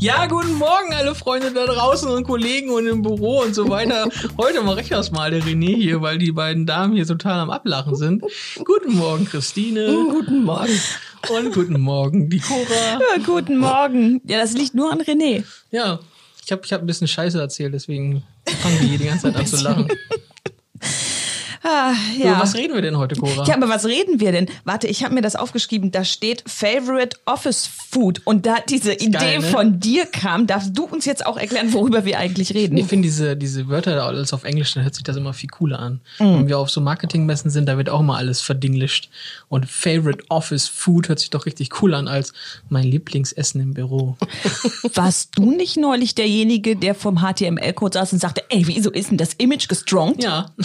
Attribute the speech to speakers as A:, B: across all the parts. A: Ja, guten Morgen, alle Freunde da draußen und Kollegen und im Büro und so weiter. Heute mache ich das mal, der René hier, weil die beiden Damen hier total am Ablachen sind. Guten Morgen, Christine.
B: Oh, Guten Morgen.
A: Und guten Morgen, die Cora.
B: Ja, guten Morgen. Ja, das liegt nur an René.
A: Ja, ich habe ich hab ein bisschen Scheiße erzählt, deswegen fangen die hier die ganze Zeit an zu lachen.
B: Ah,
A: Über
B: ja.
A: was reden wir denn heute, Cora?
B: ja, aber was reden wir denn? Warte, ich habe mir das aufgeschrieben. Da steht Favorite Office Food. Und da diese Idee
A: geil, ne?
B: von dir kam, darfst du uns jetzt auch erklären, worüber wir eigentlich
A: Ich
B: reden.
A: finde diese, diese Wörter da alles auf Englisch, dann hört sich das immer viel cooler an. Wenn wir auf so Marketingmessen sind, da wird auch immer alles verdinglischt. Und Favorite Office Food hört sich doch richtig cool an als mein Lieblingsessen im Büro.
B: Warst du nicht neulich derjenige, der vom HTML-Code saß und sagte, ey, wieso ist denn das Image gestrongt?
A: Ja,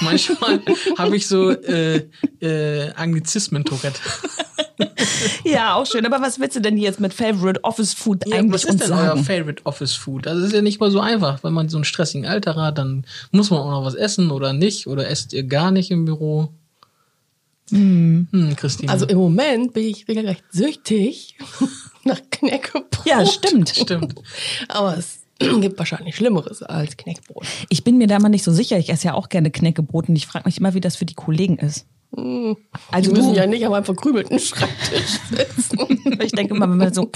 A: manchmal habe ich so äh, äh, Anglizismen-Tourette.
B: Ja, auch schön. Aber was willst du denn hier jetzt mit Favorite Office Food
A: was
B: eigentlich
A: ist
B: uns
A: denn euer
B: sagen?
A: Favorite Office Food? Also, Das ist ja nicht mal so einfach. Wenn man so einen stressigen Alltag hat, dann muss man auch noch was essen oder nicht. Oder esst ihr gar nicht im Büro? Hm, Christine.
B: Mhm.
C: Also im Moment bin ich regelrecht süchtig nach Knäckebrot.
B: Ja, stimmt.
A: stimmt.
C: Aber es gibt wahrscheinlich Schlimmeres als Knäckebrot.
B: Ich bin mir da mal nicht so sicher. Ich esse ja auch gerne Knäckebrot und ich frage mich immer, wie das für die Kollegen ist. Also
C: Mm. Die müssen
B: du,
C: ja nicht an meinem verkrümelten Schreibtisch sitzen.
B: ich denke immer, wenn man so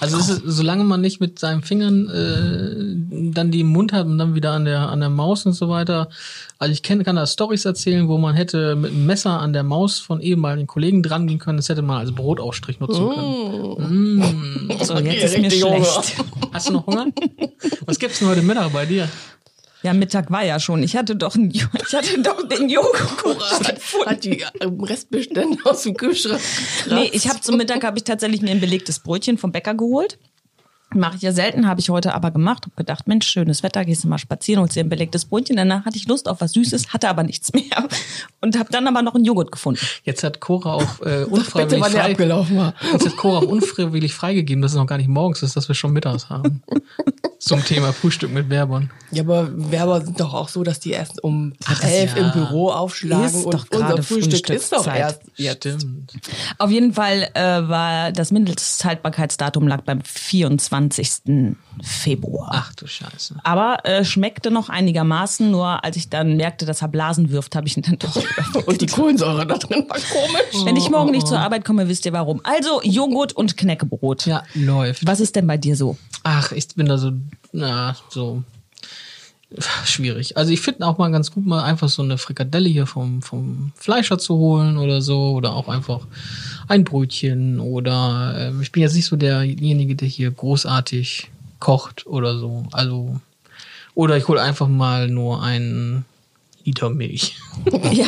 A: Also es ist, solange man nicht mit seinen Fingern äh, dann die im Mund hat und dann wieder an der an der Maus und so weiter. Also ich kenn, kann da Stories erzählen, wo man hätte mit einem Messer an der Maus von ehemaligen Kollegen dran gehen können. Das hätte man als Brotaufstrich
C: Oh.
A: nutzen können.
B: so, jetzt ist mir
C: richtig
B: schlecht.
A: Hast du noch Hunger? Was gibt's denn heute Mittag bei dir?
B: Ja, Mittag war ja schon. Ich hatte doch, einen, Jo- ich hatte doch den Joghurt.
C: Hat die ähm, Restbestände aus dem Kühlschrank. gekratzt.
B: Nee, ich habe zum Mittag habe ich tatsächlich mir ein belegtes Brötchen vom Bäcker geholt. Mache ich ja selten, habe ich heute aber gemacht. Hab gedacht, Mensch, schönes Wetter, gehst du mal spazieren, holst dir ein belegtes Brötchen. Danach hatte ich Lust auf was Süßes, hatte aber nichts mehr und habe dann aber noch einen Joghurt gefunden.
A: Jetzt hat Cora auch äh,
C: Bitte,
A: unfreiwillig
C: wann der
A: frei.
C: abgelaufen war.
A: Jetzt hat Cora auch unfreiwillig freigegeben, dass es noch gar nicht morgens ist, dass wir schon mittags haben. Zum Thema Frühstück mit Werbern.
C: Ja, aber Werber sind doch auch so, dass die erst um
A: Ach,
C: elf
A: ja.
C: im Büro aufschlagen
B: Ist
C: und
B: doch gerade
C: unser Frühstück ist doch
B: Frühstückszeit.
C: erst jetzt.
A: Stimmt.
B: Auf jeden Fall äh, war das Mindesthaltbarkeitsdatum lag beim 24. Februar.
A: Ach du Scheiße.
B: Aber äh, schmeckte noch einigermaßen, nur als ich dann merkte, dass er Blasen wirft, habe ich ihn dann doch.
C: Und die Kohlensäure da drin war komisch.
B: Wenn ich morgen nicht zur Arbeit komme, wisst ihr warum. Also Joghurt und Knäckebrot.
A: Oh, Ja, läuft.
B: Was ist denn bei dir so?
A: Ach, ich bin da so, na, so schwierig. Also ich finde auch mal ganz gut, mal einfach so eine Frikadelle hier vom, vom Fleischer zu holen oder so. Oder auch einfach ein Brötchen. Oder ähm, ich bin jetzt nicht so derjenige, der hier großartig kocht oder so. Also, oder ich hole einfach mal nur einen Liter Milch.
B: Ja.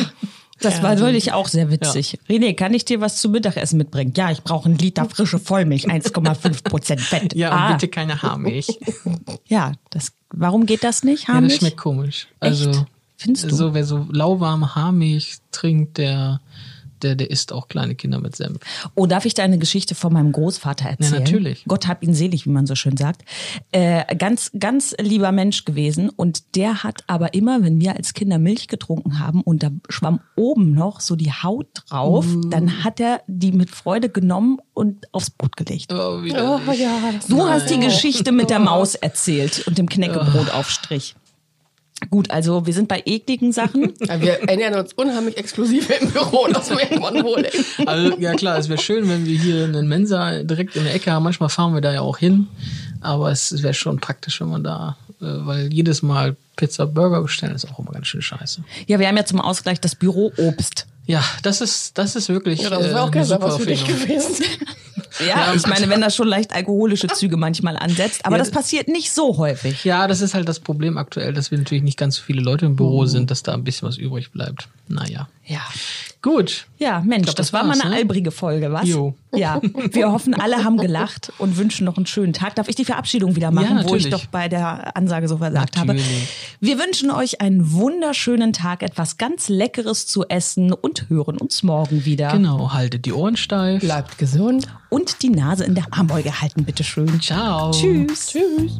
B: Das war neulich auch sehr witzig. René, kann ich dir was zum Mittagessen mitbringen? Ja, ich brauche einen Liter frische Vollmilch, 1,5 Prozent Fett.
A: Ja, und
B: ah,
A: bitte keine Haarmilch.
B: ja das, warum geht das nicht?
A: ja, das
B: Haarmilch?
A: schmeckt komisch. Also,
B: Echt? Findest du?
A: So, wer so lauwarme Haarmilch trinkt, der, der, der isst auch kleine Kinder mit Senf.
B: Oh, darf ich da eine Geschichte von meinem Großvater erzählen?
A: natürlich.
B: Gott hab ihn selig, wie man so schön sagt. Äh, ganz, ganz lieber Mensch gewesen. Und der hat aber immer, wenn wir als Kinder Milch getrunken haben und da schwamm oben noch so die Haut drauf, dann hat er die mit Freude genommen und aufs Brot gelegt.
A: Oh, wieder.
C: Oh, ja, das
B: Du hast die
C: Nein.
B: Geschichte mit der Maus erzählt und dem Knäckebrotaufstrich. Gut, also wir sind bei ekligen Sachen.
C: Ja, Wir ernähren uns unheimlich exklusiv im Büro, das merkt man wohl. ey.
A: Also, ja klar, es wäre schön, wenn wir hier einen Mensa direkt in der Ecke haben. Manchmal fahren wir da ja auch hin. Aber es wäre schon praktisch, wenn man da, äh, weil jedes Mal Pizza, Burger bestellen ist auch immer ganz schön scheiße.
B: Ja, wir haben ja zum Ausgleich das Büro Obst.
A: Ja, das ist, das ist wirklich
C: Ja, das
A: äh,
C: wäre
A: eine
C: auch kein
A: super
C: was für dich
A: Erfindung.
C: gewesen.
B: Ja,
A: Ja,
B: ich
A: und-
B: meine, wenn das schon leicht alkoholische Züge manchmal ansetzt, aber
A: Ja,
B: das
A: das-
B: passiert nicht so häufig.
A: Ja, das ist halt das Problem aktuell, dass wir natürlich nicht ganz so viele Leute im Büro sind, dass da ein bisschen was übrig bleibt. Naja.
B: Ja.
A: Gut.
B: Ja, Mensch,
A: glaub,
B: das,
A: das
B: war mal
A: war's,
B: eine
A: ne?
B: albrige Folge, was?
A: Jo.
B: Ja, wir hoffen, alle haben gelacht und wünschen noch einen schönen Tag. Darf ich die Verabschiedung wieder machen, wo ich
A: natürlich.
B: doch bei der Ansage so versagt habe?
A: Natürlich.
B: Wir wünschen euch einen wunderschönen Tag, etwas ganz Leckeres zu essen und hören uns morgen wieder.
A: Genau, haltet die Ohren steif.
C: Bleibt gesund.
B: Und die Nase in der Armbeuge halten, bitteschön.
A: Ciao.
B: Tschüss.
C: Tschüss.